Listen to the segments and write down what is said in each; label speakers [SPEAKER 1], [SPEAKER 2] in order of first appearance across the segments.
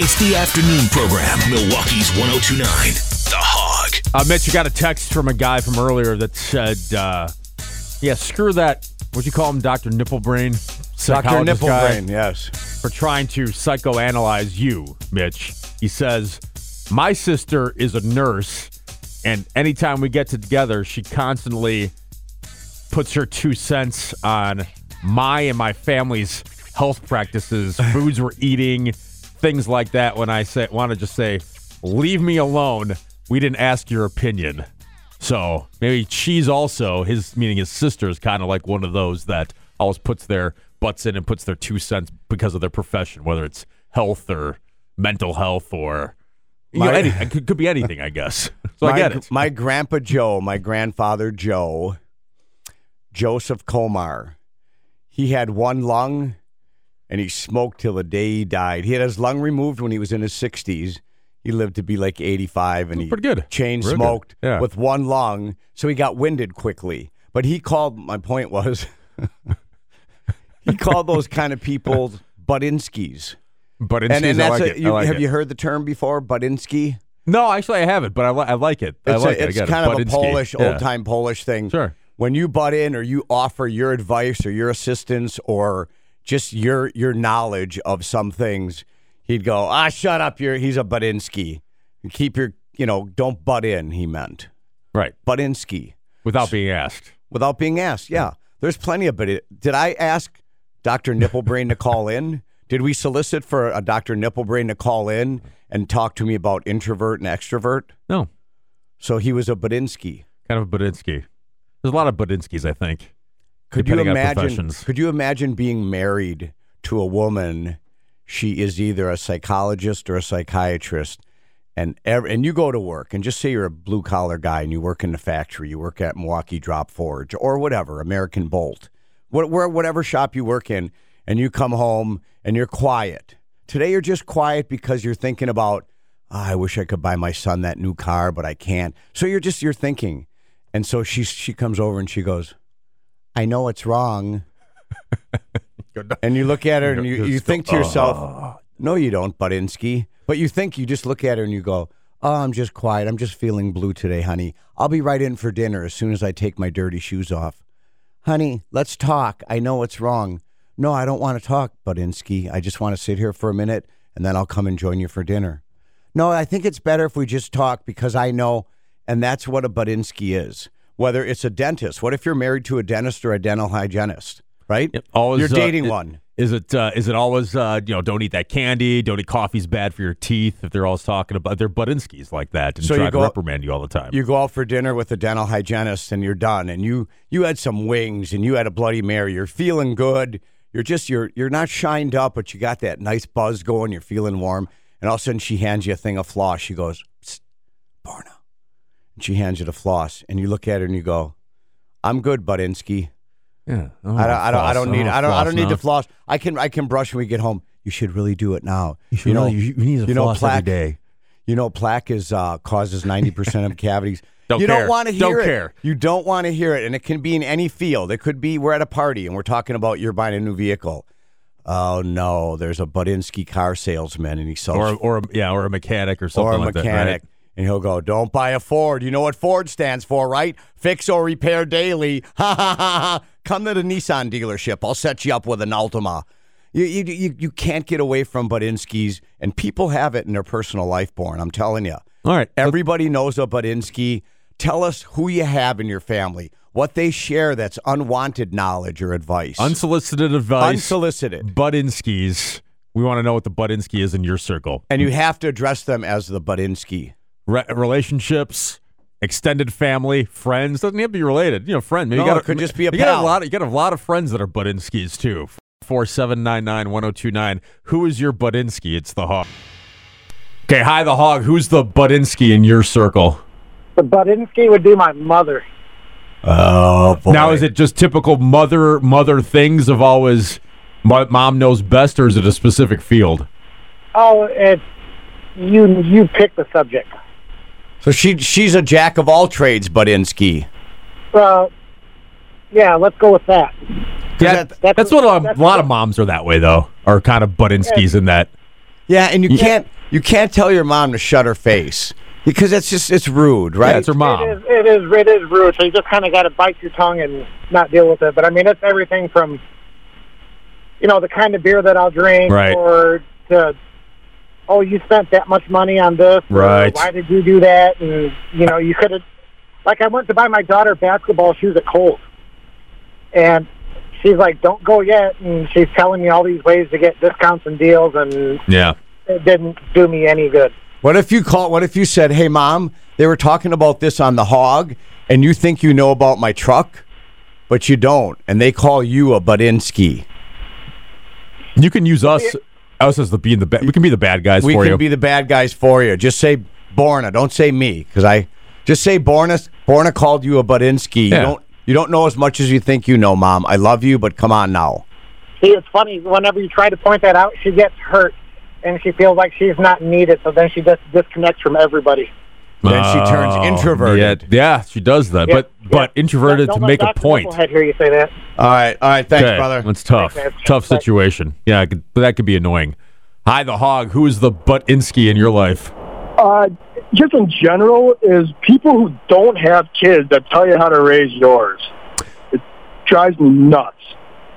[SPEAKER 1] It's the afternoon program, Milwaukee's 1029, The Hog.
[SPEAKER 2] Uh, Mitch, you got a text from a guy from earlier that said, uh, "Yeah, screw that. What you call him, Doctor Nipple Brain?
[SPEAKER 3] Dr.
[SPEAKER 2] Psychologist
[SPEAKER 3] Nipple
[SPEAKER 2] guy,
[SPEAKER 3] Brain, yes.
[SPEAKER 2] for trying to psychoanalyze you, Mitch." He says, "My sister is a nurse, and anytime we get together, she constantly puts her two cents on my and my family's health practices, foods we're eating, things like that." When I say, want to just say, "Leave me alone. We didn't ask your opinion." So maybe she's also his meaning his sister is kind of like one of those that always puts their butts in and puts their two cents because of their profession, whether it's health or mental health or you know,
[SPEAKER 3] My-
[SPEAKER 2] any, it could, could be anything, I guess. So I
[SPEAKER 3] my,
[SPEAKER 2] get it.
[SPEAKER 3] My grandpa Joe, my grandfather Joe, Joseph Komar, he had one lung and he smoked till the day he died. He had his lung removed when he was in his 60s. He lived to be like 85 and he
[SPEAKER 2] Pretty good.
[SPEAKER 3] chain
[SPEAKER 2] Real good.
[SPEAKER 3] smoked
[SPEAKER 2] Yeah.
[SPEAKER 3] with one lung, so he got winded quickly. But he called, my point was, he called those kind of people Budinskis.
[SPEAKER 2] But in
[SPEAKER 3] And, and
[SPEAKER 2] season, I
[SPEAKER 3] that's
[SPEAKER 2] like
[SPEAKER 3] a,
[SPEAKER 2] it.
[SPEAKER 3] you,
[SPEAKER 2] I like
[SPEAKER 3] have
[SPEAKER 2] it.
[SPEAKER 3] you heard the term before, Budinsky?
[SPEAKER 2] No, actually, I haven't, but I, li- I like it. I
[SPEAKER 3] It's,
[SPEAKER 2] like
[SPEAKER 3] a-
[SPEAKER 2] it. I
[SPEAKER 3] it's
[SPEAKER 2] get it.
[SPEAKER 3] kind of
[SPEAKER 2] Budinski.
[SPEAKER 3] a Polish,
[SPEAKER 2] Yeah.
[SPEAKER 3] old time Polish thing.
[SPEAKER 2] Sure.
[SPEAKER 3] When you butt in or you offer your advice or your assistance or just your your knowledge of some things, he'd go, ah, shut up. You're, he's a Budinsky. Keep your, you know, don't butt in, he meant.
[SPEAKER 2] Right.
[SPEAKER 3] Budinsky.
[SPEAKER 2] Without being asked.
[SPEAKER 3] without being asked. Yeah, there's plenty of it. Did I ask Dr. Nipplebrain to call in? Did we solicit for a Dr. Nipplebrain to call in and talk to me about introvert and extrovert?
[SPEAKER 2] No.
[SPEAKER 3] So he was a Budinsky.
[SPEAKER 2] Kind of a Budinsky. There's a lot of Budinskis, I think.
[SPEAKER 3] Could
[SPEAKER 2] Depending
[SPEAKER 3] you
[SPEAKER 2] on
[SPEAKER 3] imagine?
[SPEAKER 2] professions.
[SPEAKER 3] Could you imagine being married to a woman? She is either a psychologist or a psychiatrist, and ev- and you go to work and just say you're a blue collar guy and you work in the factory, you work at Milwaukee Drop Forge or whatever, American Bolt, what, where, whatever shop you work in, and you come home and you're quiet. Today you're just quiet because you're thinking about, "Ah, I wish I could buy my son that new car, but I can't. So you're just you're thinking, and so she she comes over and she goes. I know it's wrong. and you look at her and you, you think to yourself, no, you don't, Budinsky. But you think, you just look at her and you go, oh, I'm just quiet. I'm just feeling blue today, honey. I'll be right in for dinner as soon as I take my dirty shoes off. Honey, let's talk. I know it's wrong. No, I don't want to talk, Budinsky. I just want to sit here for a minute and then I'll come and join you for dinner. No, I think it's better if we just talk because I know, and that's what a Budinsky is. Whether it's a dentist, what if you're married to a dentist or a dental hygienist, right?
[SPEAKER 2] Yep, always,
[SPEAKER 3] you're
[SPEAKER 2] uh,
[SPEAKER 3] dating
[SPEAKER 2] it-
[SPEAKER 3] one.
[SPEAKER 2] Is it uh, is it always uh, you know don't eat that candy, don't eat coffee's bad for your teeth? If they're always talking about they're Budinskis like that and
[SPEAKER 3] So you
[SPEAKER 2] try to
[SPEAKER 3] go-
[SPEAKER 2] reprimand you all the time.
[SPEAKER 3] You go out for dinner with a dental hygienist and you're done, and you you had some wings and you had a Bloody Mary. You're feeling good. You're just you're you're not shined up, but you got that nice buzz going. You're feeling warm, and all of a sudden she hands you a thing of floss. She goes, Psst, Barna, and she hands you the floss, and you look at her and you go, I'm good, Budinsky.
[SPEAKER 2] yeah, Oh,
[SPEAKER 3] I don't, I don't, I
[SPEAKER 2] floss.
[SPEAKER 3] don't need. I don't. I don't need to
[SPEAKER 2] now.
[SPEAKER 3] floss. I can. I can brush when we get home. You should really do it now. You
[SPEAKER 2] should really- you- you need to floss every
[SPEAKER 3] plaque,
[SPEAKER 2] day.
[SPEAKER 3] You know, plaque is uh, causes ninety percent of cavities.
[SPEAKER 2] Don't
[SPEAKER 3] you
[SPEAKER 2] care.
[SPEAKER 3] don't want to hear
[SPEAKER 2] Don't
[SPEAKER 3] it.
[SPEAKER 2] care.
[SPEAKER 3] You don't want to hear it, and it can be in any field. It could be we're at a party and we're talking about you're buying a new vehicle. Oh no, there's a Budinsky car salesman, and he sells
[SPEAKER 2] Or or a, yeah, or a mechanic or something
[SPEAKER 3] or a
[SPEAKER 2] like
[SPEAKER 3] mechanic.
[SPEAKER 2] that. Right?
[SPEAKER 3] And he'll go, Don't buy a Ford. You know what Ford stands for, right? Fix or repair daily. Ha ha ha ha. Come to the Nissan dealership. I'll set you up with an Altima. You, you, you, you can't get away from Budinskis, and people have it in their personal life, Born. I'm telling you.
[SPEAKER 2] All right,
[SPEAKER 3] Everybody knows a Budinsky. Tell us who you have in your family, what they share that's unwanted knowledge or advice.
[SPEAKER 2] unsolicited advice,
[SPEAKER 3] Unsolicited.
[SPEAKER 2] Budinskis. We want to know what the Budinsky is in your circle.
[SPEAKER 3] And you have to address them as the Budinsky.
[SPEAKER 2] Re- relationships, extended family, friends. Doesn't have to be related. You know, friend. Maybe
[SPEAKER 3] No,
[SPEAKER 2] you got
[SPEAKER 3] it could just be a
[SPEAKER 2] you got a
[SPEAKER 3] pal.
[SPEAKER 2] lot. Of, you got a lot of friends that are Budinskis too. Four seven nine nine one zero two nine. Who is your Budinsky? It's the hog. Okay, hi the hog. Who's the Budinsky in your circle?
[SPEAKER 4] The Budinsky would be my mother.
[SPEAKER 3] Oh, boy.
[SPEAKER 2] Now, is it just typical mother mother things of always? My mom knows best, or is it a specific field?
[SPEAKER 4] Oh, it's you. You pick the subject.
[SPEAKER 3] So she she's a jack of all trades, Budinsky.
[SPEAKER 4] So, Uh, yeah, let's go with that.
[SPEAKER 2] Yeah, that's,
[SPEAKER 4] that's-
[SPEAKER 2] what a
[SPEAKER 4] that's-
[SPEAKER 2] lot of moms are that way though. Are kind of Budinskis in that
[SPEAKER 3] Yeah, and you can't you can't tell your mom to shut her face because that's just it's rude, right?
[SPEAKER 2] That's her
[SPEAKER 4] It
[SPEAKER 2] mom.
[SPEAKER 4] is, it is, it is rude. So you just kind of got to bite your tongue and not deal with it. But I mean, it's everything from, you know, the kind of beer that I'll drink,
[SPEAKER 2] Right.
[SPEAKER 4] or to, oh, you spent that much money on this, or
[SPEAKER 2] Right.
[SPEAKER 4] why did you do that? And you know, you could have, like, I went to buy my daughter basketball shoes at Kohl's, and she's like, "Don't go yet," and she's telling me all these ways to get discounts and deals, and
[SPEAKER 2] Yeah.
[SPEAKER 4] it didn't do me any good.
[SPEAKER 3] What if you call? What if you said, "Hey, mom, they were talking about this on the hog, and you think you know about my truck, but you don't," and they call you a Budinsky.
[SPEAKER 2] You can use us us as the being the bad. We can be the bad guys
[SPEAKER 3] We
[SPEAKER 2] for
[SPEAKER 3] can
[SPEAKER 2] you.
[SPEAKER 3] be the bad guys for you. Just say Borna. Don't say me, because I just say Borna. Borna called you a Budinsky.
[SPEAKER 2] Yeah.
[SPEAKER 3] You don't. You don't know as much as you think you know, mom. I love you, but come on now.
[SPEAKER 4] See, it's funny. Whenever you try to point that out, she gets hurt, and she feels like she's not needed. So then she just disconnects from everybody.
[SPEAKER 3] Then she turns
[SPEAKER 2] Oh,
[SPEAKER 3] introverted.
[SPEAKER 2] Yeah, yeah, she does that.
[SPEAKER 4] Yeah,
[SPEAKER 2] but
[SPEAKER 4] yeah.
[SPEAKER 2] but introverted
[SPEAKER 4] Don't
[SPEAKER 2] to
[SPEAKER 4] let
[SPEAKER 2] make a
[SPEAKER 4] Dr.
[SPEAKER 2] point.
[SPEAKER 4] Knucklehead hear you say that.
[SPEAKER 3] All right, all right. Thanks,
[SPEAKER 2] Okay,
[SPEAKER 3] brother.
[SPEAKER 2] That's tough.
[SPEAKER 4] Thanks, man.
[SPEAKER 2] Tough
[SPEAKER 4] Thanks.
[SPEAKER 2] situation. Yeah, I could, but that could be annoying. Hi, the hog. Who is the Butinski in your life?
[SPEAKER 5] Uh, just in general, is people who don't have kids that tell you how to raise yours. It drives me nuts.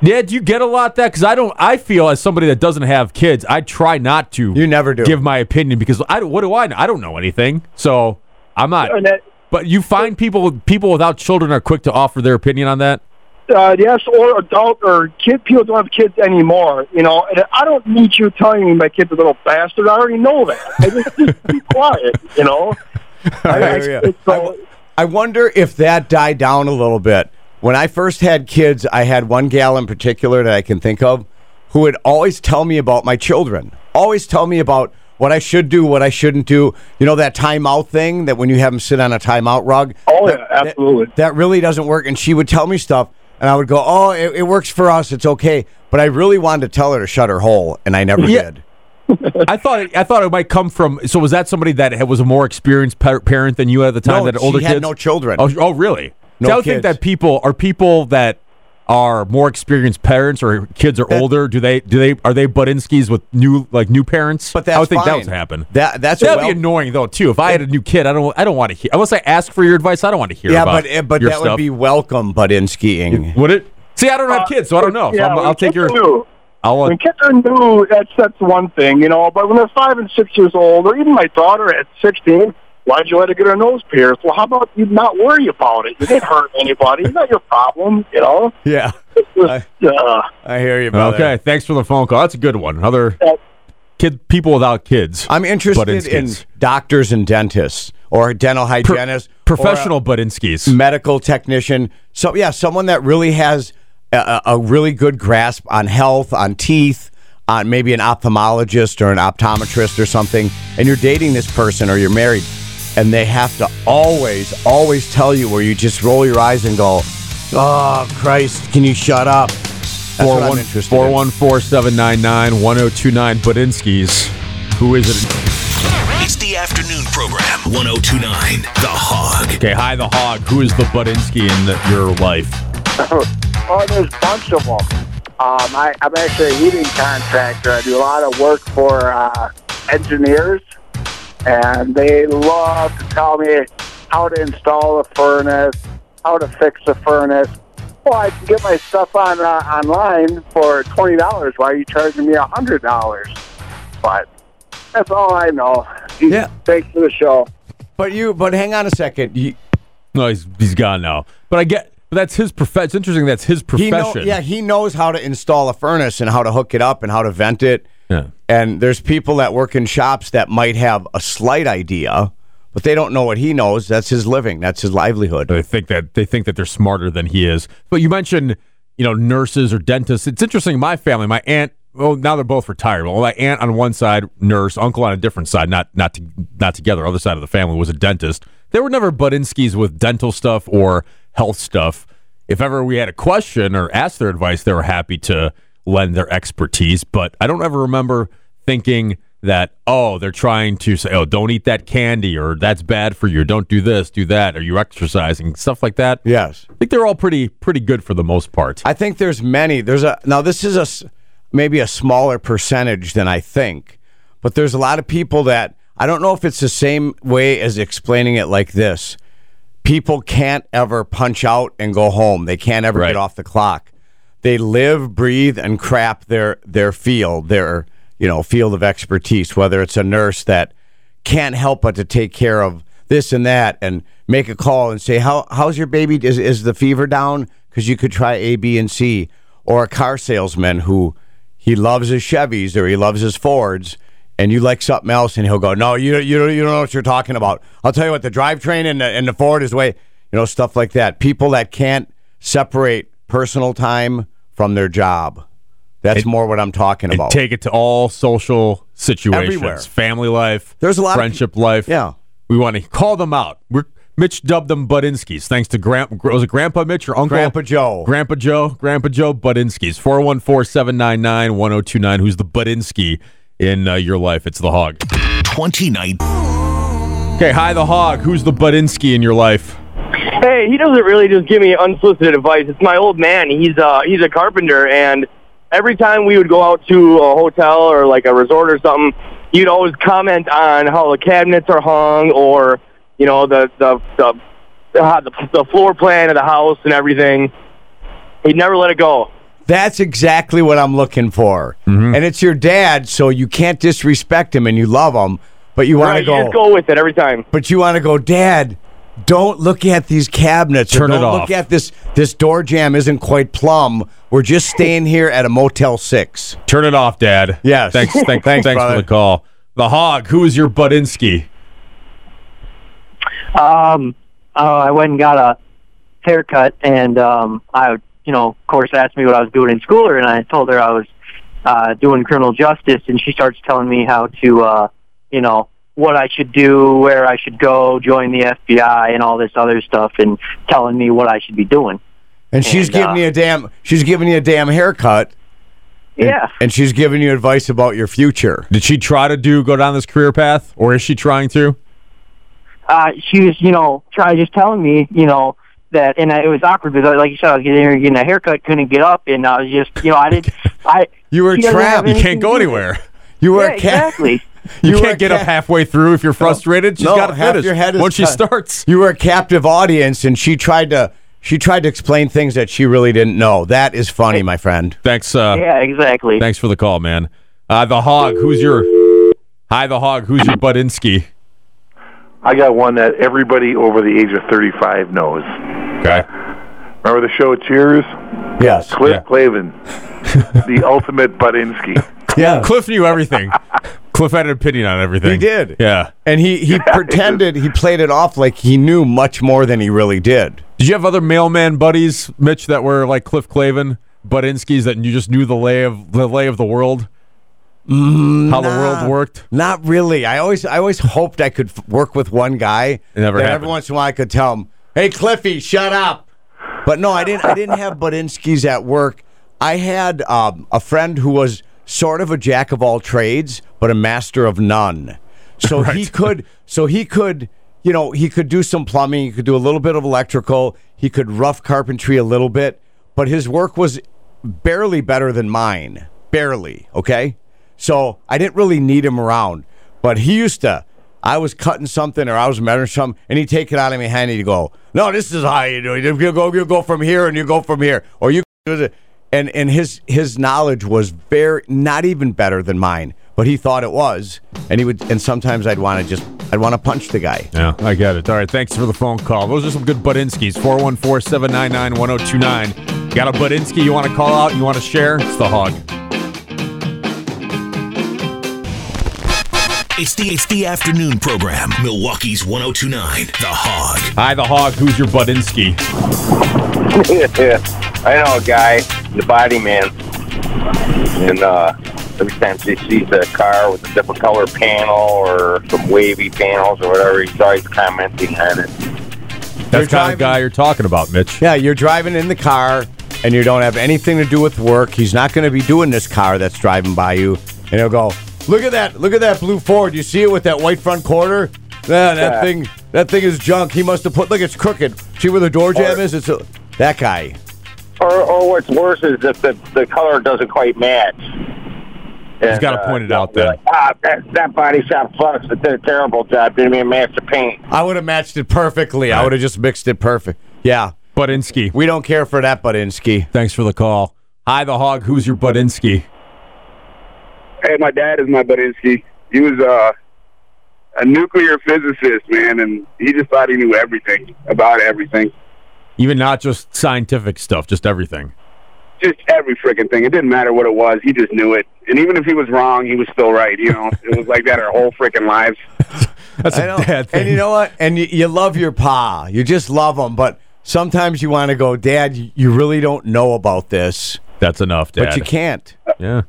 [SPEAKER 2] Yeah, do you get a lot of that? Because I don't. I feel as somebody that doesn't have kids, I try not to.
[SPEAKER 3] You never do.
[SPEAKER 2] give my opinion because I don't- what do I know? I don't know anything, so I'm not.
[SPEAKER 5] And that,
[SPEAKER 2] But you find people people without children are quick to offer their opinion on that.
[SPEAKER 5] uh, yes, or adult or kid people don't have kids anymore. You know, and I don't need you telling me my kid's a little bastard. I already know that. I just, just be quiet. You know. I- I-
[SPEAKER 3] Yeah, yeah.
[SPEAKER 5] it's so-
[SPEAKER 3] I wonder if that died down a little bit. When I first had kids, I had one gal in particular that I can think of who would always tell me about my children, always tell me about what I should do, what I shouldn't do. You know, that timeout thing that when you have them sit on a timeout rug,
[SPEAKER 5] oh yeah, absolutely.
[SPEAKER 3] that really doesn't work. And she would tell me stuff, and I would go, Oh, it, it works for us. It's okay. But I really wanted to tell her to shut her hole, and I never
[SPEAKER 2] Yeah.
[SPEAKER 3] did.
[SPEAKER 2] I thought it, I thought it might come from. So was that somebody that had- was a more experienced par- parent than you at the time
[SPEAKER 3] No,
[SPEAKER 2] that had older
[SPEAKER 3] she had
[SPEAKER 2] kids?
[SPEAKER 3] no children.
[SPEAKER 2] Oh, oh really?
[SPEAKER 3] No
[SPEAKER 2] See, I would think
[SPEAKER 3] kids.
[SPEAKER 2] that people are people that are more experienced parents or kids are older. Do they do they are they Budinskis with new like new parents?
[SPEAKER 3] But that's
[SPEAKER 2] I would think that
[SPEAKER 3] fine.
[SPEAKER 2] would happen.
[SPEAKER 3] That, that's a
[SPEAKER 2] That'd
[SPEAKER 3] well-
[SPEAKER 2] be annoying though too. If I had a new kid, I don't I don't want to hear unless I ask for your advice. I don't want to hear.
[SPEAKER 3] Yeah,
[SPEAKER 2] about
[SPEAKER 3] but, eh, but
[SPEAKER 2] your
[SPEAKER 3] that
[SPEAKER 2] stuff.
[SPEAKER 3] would be welcome, but in skiing.
[SPEAKER 2] Would it? See, I don't have kids, so I don't know. So
[SPEAKER 5] Yeah,
[SPEAKER 2] I'm-
[SPEAKER 5] when
[SPEAKER 2] I'll take
[SPEAKER 5] kids
[SPEAKER 2] your.
[SPEAKER 5] are new-
[SPEAKER 2] I'll, uh,
[SPEAKER 5] when kids are new, that's that's one thing, you know. But when they're five and six years old, or even my daughter at sixteen, why'd you let her get her nose pierced? Well, how about you not worry about it? You didn't hurt anybody. It's not your problem, you know.
[SPEAKER 3] Yeah.
[SPEAKER 5] Just, uh,
[SPEAKER 3] I hear you, brother.
[SPEAKER 2] okay, thanks for the phone call. That's a good one. Another
[SPEAKER 5] Yeah.
[SPEAKER 2] kid, people without kids.
[SPEAKER 3] I'm interested in,
[SPEAKER 2] Budinskis.
[SPEAKER 3] doctors and dentists or dental hygienists, or a
[SPEAKER 2] professional Budinskis.
[SPEAKER 3] medical technician. So yeah, someone that really has a, a a really good grasp on health, on teeth, on maybe an ophthalmologist or an optometrist or something. And you're dating this person or you're married, and they have to always, always tell you where you just roll your eyes and go, "Oh Christ, can you shut up?" That's what I'm interested in.
[SPEAKER 2] 414 799 1029 Budinskis. Who is it?
[SPEAKER 1] It's the afternoon program. 1029 The Hog.
[SPEAKER 2] Okay, hi, the hog. Who is the Budinski in the, your life?
[SPEAKER 4] Oh, there's a bunch of them. Um, I, I'm actually a heating contractor. I do a lot of work for uh, engineers, and they love to tell me how to install a furnace, how to fix a furnace. Well, I can get my stuff on uh, online for twenty dollars. Why are you charging me a hundred dollars? But that's all I know.
[SPEAKER 3] Yeah.
[SPEAKER 4] Thanks for the show.
[SPEAKER 3] But you, but hang on a second. You,
[SPEAKER 2] No, he's, he's gone now. But I get, but that's his profession. It's interesting that's his
[SPEAKER 3] He
[SPEAKER 2] profession.
[SPEAKER 3] know, yeah, he knows how to install a furnace and how to hook it up and how to vent it.
[SPEAKER 2] Yeah.
[SPEAKER 3] And there's people that work in shops that might have a slight idea, but they don't know what he knows. That's his living. That's his livelihood.
[SPEAKER 2] They think that they think that they're smarter than he is. But you mentioned, you know, nurses or dentists. It's interesting. My family, my aunt. Well, now they're both retired. Well, my aunt on one side, nurse, uncle on a different side, not not to, not together. Other side of the family was a dentist. They were never Budinskis with dental stuff or health stuff. If ever we had a question or asked their advice, they were happy to lend their expertise. But I don't ever remember thinking that oh they're trying to say oh don't eat that candy or that's bad for you don't do this do that are you exercising stuff like that
[SPEAKER 3] Yes.
[SPEAKER 2] i think they're all pretty pretty good for the most part
[SPEAKER 3] I think there's many. There's a now. This is a s- maybe a smaller percentage than I think, But there's a lot of people that I don't know if it's the same way as explaining it like this. People can't ever punch out and go home. They can't ever
[SPEAKER 2] Right.
[SPEAKER 3] get off the clock. They live, breathe, and crap their their field, their you know field of expertise. Whether it's a nurse that can't help but to take care of this and that, and make a call and say, "How how's your baby? Is is the fever down?" Because you could try A, B, and C, or a car salesman who he loves his Chevys or he loves his Fords, and you like something else, and he'll go, "No, you you don't- you don't know what you're talking about." I'll tell you what, the drivetrain and the, and the Ford is way, you know, stuff like that. People that can't separate personal time from their job. That's more what I'm talking
[SPEAKER 2] And
[SPEAKER 3] about.
[SPEAKER 2] take it to all social situations,
[SPEAKER 3] Everywhere.
[SPEAKER 2] family life.
[SPEAKER 3] There's a lot of
[SPEAKER 2] friendship life.
[SPEAKER 3] Yeah.
[SPEAKER 2] we want to call them out. We're Mitch dubbed them Budinskis, thanks to Grandpa. Was it Grandpa Mitch or Uncle
[SPEAKER 3] Grandpa Joe.
[SPEAKER 2] Grandpa Joe, Grandpa Joe Budinskis. 414-799-1029. Who's the Budinski in uh, your life? It's the Hog.
[SPEAKER 1] 29.
[SPEAKER 2] Okay, hi the Hog. Who's the Budinski in your life?
[SPEAKER 6] Hey, he doesn't really just give me unsolicited advice. It's my old man. He's uh he's a carpenter, and every time we would go out to a hotel or like a resort or something, he'd always comment on how the cabinets are hung, or you know the the the uh, the, the floor plan of the house and everything. He'd never let it go.
[SPEAKER 3] That's exactly what I'm looking for. And it's your dad, so you can't disrespect him and you love him, but you want
[SPEAKER 6] Right,
[SPEAKER 3] to
[SPEAKER 6] you just go with it every time.
[SPEAKER 3] but you want to go, Dad. Don't look at these cabinets. or
[SPEAKER 2] Turn it
[SPEAKER 3] don't
[SPEAKER 2] off."
[SPEAKER 3] Look at this. This door jam isn't quite plumb. We're just staying here at a Motel Six.
[SPEAKER 2] Turn it off, Dad.
[SPEAKER 3] Yes.
[SPEAKER 2] Thanks. Thanks. thanks
[SPEAKER 3] Thanks,
[SPEAKER 2] for
[SPEAKER 3] brother.
[SPEAKER 2] the call. The Hog. Who is your Budinski?
[SPEAKER 7] Um, oh, I went and got a haircut, and um, I, would, you know, of course, asked me what I was doing in school, and I told her I was uh, doing criminal justice, and she starts telling me how to, uh, you know, what I should do, where I should go, join the FBI, and all this other stuff, and telling me what I should be doing.
[SPEAKER 3] And
[SPEAKER 2] Oh
[SPEAKER 3] she's
[SPEAKER 7] And,
[SPEAKER 3] giving
[SPEAKER 7] uh,
[SPEAKER 3] you a damn. She's giving you a damn haircut. and-
[SPEAKER 7] Yeah.
[SPEAKER 3] And she's giving you advice about your future.
[SPEAKER 2] Did she try to do go down this career path, or is she trying to?
[SPEAKER 7] uh, she was, you know, try just telling me, you know, that, and I, it was awkward because, like you said, I was getting, getting a haircut, couldn't get up, and I was just, you know, I didn't, I.
[SPEAKER 3] You were
[SPEAKER 7] she doesn't have
[SPEAKER 3] trapped.
[SPEAKER 2] You
[SPEAKER 3] You
[SPEAKER 7] anything
[SPEAKER 2] can't
[SPEAKER 7] to
[SPEAKER 2] go
[SPEAKER 7] do with
[SPEAKER 2] anywhere.
[SPEAKER 3] You
[SPEAKER 7] it.
[SPEAKER 3] were
[SPEAKER 7] Yeah,
[SPEAKER 3] a cat.
[SPEAKER 7] exactly.
[SPEAKER 2] You,
[SPEAKER 3] were
[SPEAKER 2] can't
[SPEAKER 3] a
[SPEAKER 2] get up
[SPEAKER 3] cat.
[SPEAKER 2] halfway through if you're frustrated. She's
[SPEAKER 3] No,
[SPEAKER 2] got to
[SPEAKER 3] half
[SPEAKER 2] finish.
[SPEAKER 3] your head is
[SPEAKER 2] Once she
[SPEAKER 3] cut.
[SPEAKER 2] starts,
[SPEAKER 3] You were a captive audience, and she tried to. She tried to explain things that she really didn't know. That is funny, my friend.
[SPEAKER 2] thanks. Uh,
[SPEAKER 7] Yeah, exactly.
[SPEAKER 2] Thanks for the call, man. Uh, the Hog. Who's your? Hi, the Hog. Who's your Budinski?
[SPEAKER 8] I got one that everybody over the age of 35 knows.
[SPEAKER 2] Okay.
[SPEAKER 8] Remember the show Cheers?
[SPEAKER 3] Yes.
[SPEAKER 8] Cliff
[SPEAKER 2] Yeah.
[SPEAKER 8] Clavin, the ultimate Budinsky.
[SPEAKER 3] Yeah.
[SPEAKER 2] Cliff knew everything. Cliff had an opinion on everything.
[SPEAKER 3] He did.
[SPEAKER 2] Yeah.
[SPEAKER 3] And he, he pretended he played it off like he knew much more than he really did.
[SPEAKER 2] Did you have other mailman buddies, Mitch, that were like Cliff Clavin, Budinskis, that you just knew the lay of the lay of the world,
[SPEAKER 3] Mm,
[SPEAKER 2] how the world worked?
[SPEAKER 3] Not really. I always I always hoped I could f- work with one guy.
[SPEAKER 2] It never
[SPEAKER 3] that
[SPEAKER 2] happened.
[SPEAKER 3] Every once in a while I could tell him, "Hey, Cliffy, shut up." But no, I didn't. I didn't have Budinskis at work. I had um, a friend who was sort of a jack of all trades, but a master of none. So he could. So he could. You know, he could do some plumbing. He could do a little bit of electrical. He could rough carpentry a little bit, but his work was barely better than mine. Barely. Okay. So I didn't really need him around, but he used to. I was cutting something or I was measuring something, and he'd take it out of me handy to go, No, this is how you do it. You go, you go from here and you go from here, or you do it. And, and his, his knowledge was very, not even better than mine, but he thought it was. And he would, and sometimes I'd want to just, I'd want to punch the guy.
[SPEAKER 2] Yeah, I get it. All right, thanks for the phone call. Those are some good Budinskis. 414-799-1029. Got a Budinski you want to call out, you want to share? It's the hog.
[SPEAKER 1] It's the, it's the afternoon program. Milwaukee's 1029. The Hog.
[SPEAKER 2] Hi, the hog. Who's your Budinski?
[SPEAKER 6] I know a guy, the body man, and uh, every time she sees a car with a different color panel or some wavy panels or whatever, he's always commenting
[SPEAKER 3] You're
[SPEAKER 6] on it.
[SPEAKER 2] That's the kind of
[SPEAKER 3] driving-
[SPEAKER 2] guy you're talking about, Mitch.
[SPEAKER 3] Yeah, you're driving in the car and you don't have anything to do with work. He's not going to be doing this car that's driving by you. And he'll go, look at that, look at that blue Ford. You see it with that white front quarter? Yeah, that thing, that thing is junk. He must have put, look, it's crooked. See where the door jam is? It's a, that guy.
[SPEAKER 6] Or, or what's worse is if the, the color doesn't quite match.
[SPEAKER 2] He's got to point it out then.
[SPEAKER 9] Like, ah, that, that body shop fucks. It did a terrible job. Didn't even master paint.
[SPEAKER 3] I would have matched it perfectly. I would have just mixed it perfect. Yeah.
[SPEAKER 2] Budinsky,
[SPEAKER 3] We don't care for that, Budinsky.
[SPEAKER 2] thanks for the call. Hi, the hog. Who's your Budinsky?
[SPEAKER 5] Hey, my dad is my Budinsky. He was uh, a nuclear physicist, man, and he just thought he knew everything about everything.
[SPEAKER 2] Even not just scientific stuff, just everything.
[SPEAKER 5] Just every freaking thing. It didn't matter what it was. He just knew it. And even if he was wrong, he was still right. You know, it was like that our whole freaking lives.
[SPEAKER 2] That's a
[SPEAKER 3] I know.
[SPEAKER 2] bad thing.
[SPEAKER 3] And you know what? And you, you love your pa. You just love him, but sometimes you want to go, Dad. You you really don't know about this,
[SPEAKER 2] That's enough, Dad.
[SPEAKER 3] but you can't.
[SPEAKER 2] Yeah.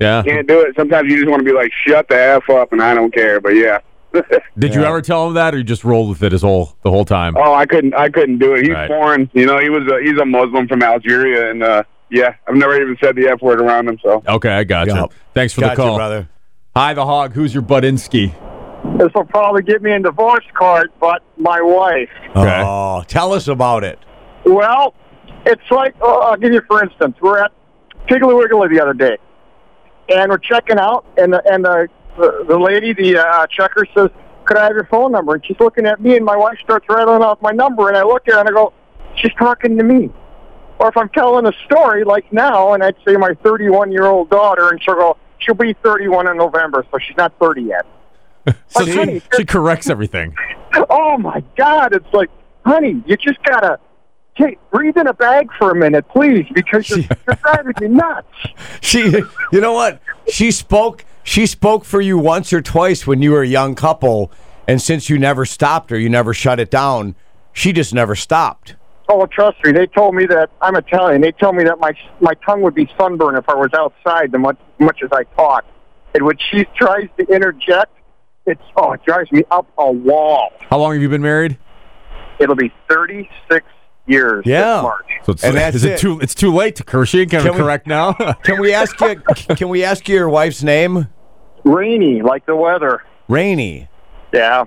[SPEAKER 2] Yeah.
[SPEAKER 5] Can't do it. Sometimes you just want to be like, shut the F up, and I don't care. But yeah.
[SPEAKER 2] Did you ever tell him that, or you just rolled with it his whole the whole time?
[SPEAKER 5] Oh, I couldn't. I couldn't do it. He's
[SPEAKER 2] Right.
[SPEAKER 5] foreign. You know, he was. A, he's a Muslim from Algeria, and uh, yeah, I've never even said the f word around him. So
[SPEAKER 2] Okay, I got you.
[SPEAKER 3] Yup.
[SPEAKER 2] Thanks for the
[SPEAKER 3] Got you,
[SPEAKER 2] call,
[SPEAKER 3] brother.
[SPEAKER 2] Hi, the hog. Who's your Budinsky?
[SPEAKER 4] This will probably get me in divorce court, but my wife.
[SPEAKER 2] Okay.
[SPEAKER 3] Oh, tell us about it.
[SPEAKER 4] Well, it's like oh, I'll give you for instance. We're at Piggly Wiggly the other day, and we're checking out, and the, and the the, the lady, the uh, checker says, "Could I have your phone number?" And she's looking at me, and my wife starts rattling off my number, and I look at her and I go, "She's talking to me." Or if I'm telling a story like now, and I'd say my 31 year old daughter, and she'll go, "She'll be 31 in November, so she's not 30 yet."
[SPEAKER 2] So
[SPEAKER 4] Like,
[SPEAKER 2] she,
[SPEAKER 4] honey,
[SPEAKER 2] she corrects everything.
[SPEAKER 4] oh my god it's like honey you just gotta take breathe in a bag for a minute please because you're, you're driving me nuts
[SPEAKER 3] She, you know what? She spoke. She spoke for you once or twice when you were a young couple, and since you never stopped her, you never shut it down. She just never stopped.
[SPEAKER 4] oh trust me they told me that i'm italian they told me that my my tongue would be sunburned if i was outside the much much as i talk and when she tries to interject it's oh it drives me up a wall
[SPEAKER 2] How long have you been married?
[SPEAKER 4] it'll be 36 years this
[SPEAKER 3] Yeah.
[SPEAKER 4] March.
[SPEAKER 2] So it's,
[SPEAKER 3] And that's
[SPEAKER 2] is it,
[SPEAKER 3] it.
[SPEAKER 2] too? It's too late to correct. She can
[SPEAKER 3] Can we-
[SPEAKER 2] correct now.
[SPEAKER 3] Can we ask you? Can we ask you your wife's name?
[SPEAKER 4] rainy like the weather
[SPEAKER 3] Rainy.
[SPEAKER 4] yeah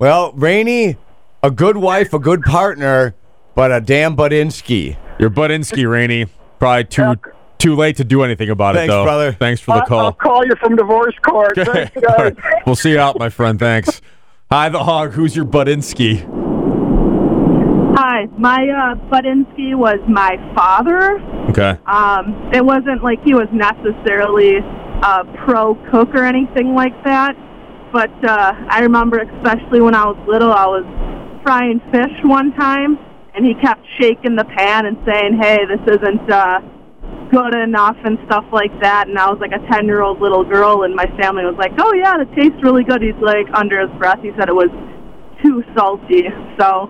[SPEAKER 3] Well, Rainy, a good wife, a good partner, but a damn Budinsky.
[SPEAKER 2] your Budinsky, Rainey. Probably too too late to do anything about
[SPEAKER 3] Thanks,
[SPEAKER 2] it, though.
[SPEAKER 3] brother.
[SPEAKER 2] Thanks for the
[SPEAKER 4] I- I'll
[SPEAKER 2] call.
[SPEAKER 4] call you from divorce court. Thanks, guys.
[SPEAKER 2] All right. We'll see you out, my friend. Thanks. Hi, the hog. Who's your Budinsky?
[SPEAKER 10] Hi, my uh, Budinsky was my father.
[SPEAKER 2] Okay.
[SPEAKER 10] Um, it wasn't like he was necessarily a pro cook or anything like that, but uh, I remember, especially when I was little, I was frying fish one time, and he kept shaking the pan and saying, "Hey, this isn't uh, good enough," and stuff like that. And I was like a ten-year-old little girl, and my family was like, "Oh yeah, it tastes really good." He's like under his breath, he said it was too salty, so.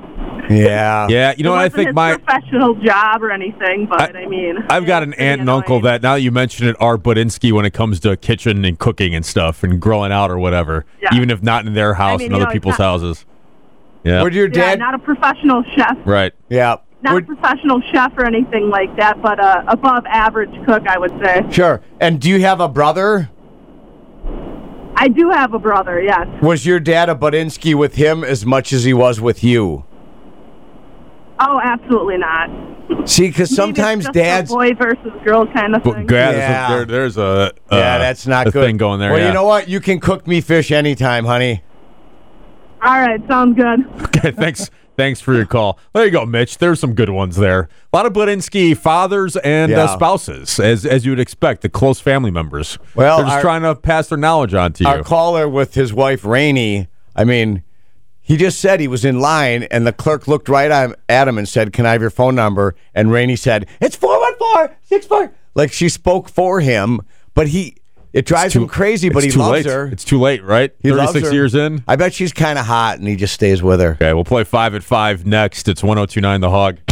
[SPEAKER 3] Yeah.
[SPEAKER 2] Yeah, you know
[SPEAKER 10] it
[SPEAKER 2] what? I
[SPEAKER 10] wasn't
[SPEAKER 2] think
[SPEAKER 10] his
[SPEAKER 2] my
[SPEAKER 10] professional job or anything, but
[SPEAKER 2] I-
[SPEAKER 10] I, mean,
[SPEAKER 2] I've got an
[SPEAKER 10] it's pretty
[SPEAKER 2] aunt and uncle
[SPEAKER 10] annoying.
[SPEAKER 2] that now that you mention it are Budinsky when it comes to kitchen and cooking and stuff and growing out or whatever,
[SPEAKER 10] Yeah.
[SPEAKER 2] even if not in their house
[SPEAKER 10] mean,
[SPEAKER 2] and
[SPEAKER 10] you
[SPEAKER 2] other
[SPEAKER 10] know, it's
[SPEAKER 2] people's
[SPEAKER 10] not-
[SPEAKER 2] houses. Yeah,
[SPEAKER 3] Would your
[SPEAKER 10] yeah,
[SPEAKER 3] dad?
[SPEAKER 10] not a professional chef,
[SPEAKER 2] right.
[SPEAKER 3] yeah.
[SPEAKER 10] not
[SPEAKER 3] Would-
[SPEAKER 10] a professional chef or anything like that, but uh, above average cook, I would say.
[SPEAKER 3] sure. And do you have a brother?
[SPEAKER 10] I do have a brother, yes.
[SPEAKER 3] Was your dad a Budinsky with him as much as he was with you?
[SPEAKER 10] Oh, absolutely not.
[SPEAKER 3] See, because sometimes
[SPEAKER 10] Maybe it's
[SPEAKER 3] dads.
[SPEAKER 10] just a boy versus girl kind of
[SPEAKER 2] But
[SPEAKER 10] thing.
[SPEAKER 2] yeah, there's a-
[SPEAKER 3] Yeah.
[SPEAKER 2] there- there's a uh,
[SPEAKER 3] yeah, that's not
[SPEAKER 2] a
[SPEAKER 3] good.
[SPEAKER 2] thing going there.
[SPEAKER 3] Well,
[SPEAKER 2] yeah.
[SPEAKER 3] you know what? You can cook me fish anytime, honey.
[SPEAKER 10] All right, sounds good.
[SPEAKER 2] Okay, thanks. Thanks for your call. There you go, Mitch. There's some good ones there. A lot of Budinsky fathers and uh,
[SPEAKER 3] Yeah.
[SPEAKER 2] spouses, as as you would expect, the close family members.
[SPEAKER 3] Well,
[SPEAKER 2] they're just
[SPEAKER 3] our-
[SPEAKER 2] trying to pass their knowledge on to you.
[SPEAKER 3] Our caller with his wife Rainey. I mean, he just said he was in line, and the clerk looked right at- at him and said, "Can I have your phone number?" And Rainey said, "It's four one four six four. Like she spoke for him, but he it drives him crazy. But he
[SPEAKER 2] it's too
[SPEAKER 3] loves
[SPEAKER 2] late.
[SPEAKER 3] her.
[SPEAKER 2] It's too late, right?
[SPEAKER 3] He loves
[SPEAKER 2] 36
[SPEAKER 3] her.
[SPEAKER 2] years in.
[SPEAKER 3] I bet she's kind of hot, and he just stays with her.
[SPEAKER 2] Okay, we'll play five at five next. It's 1029 The Hog.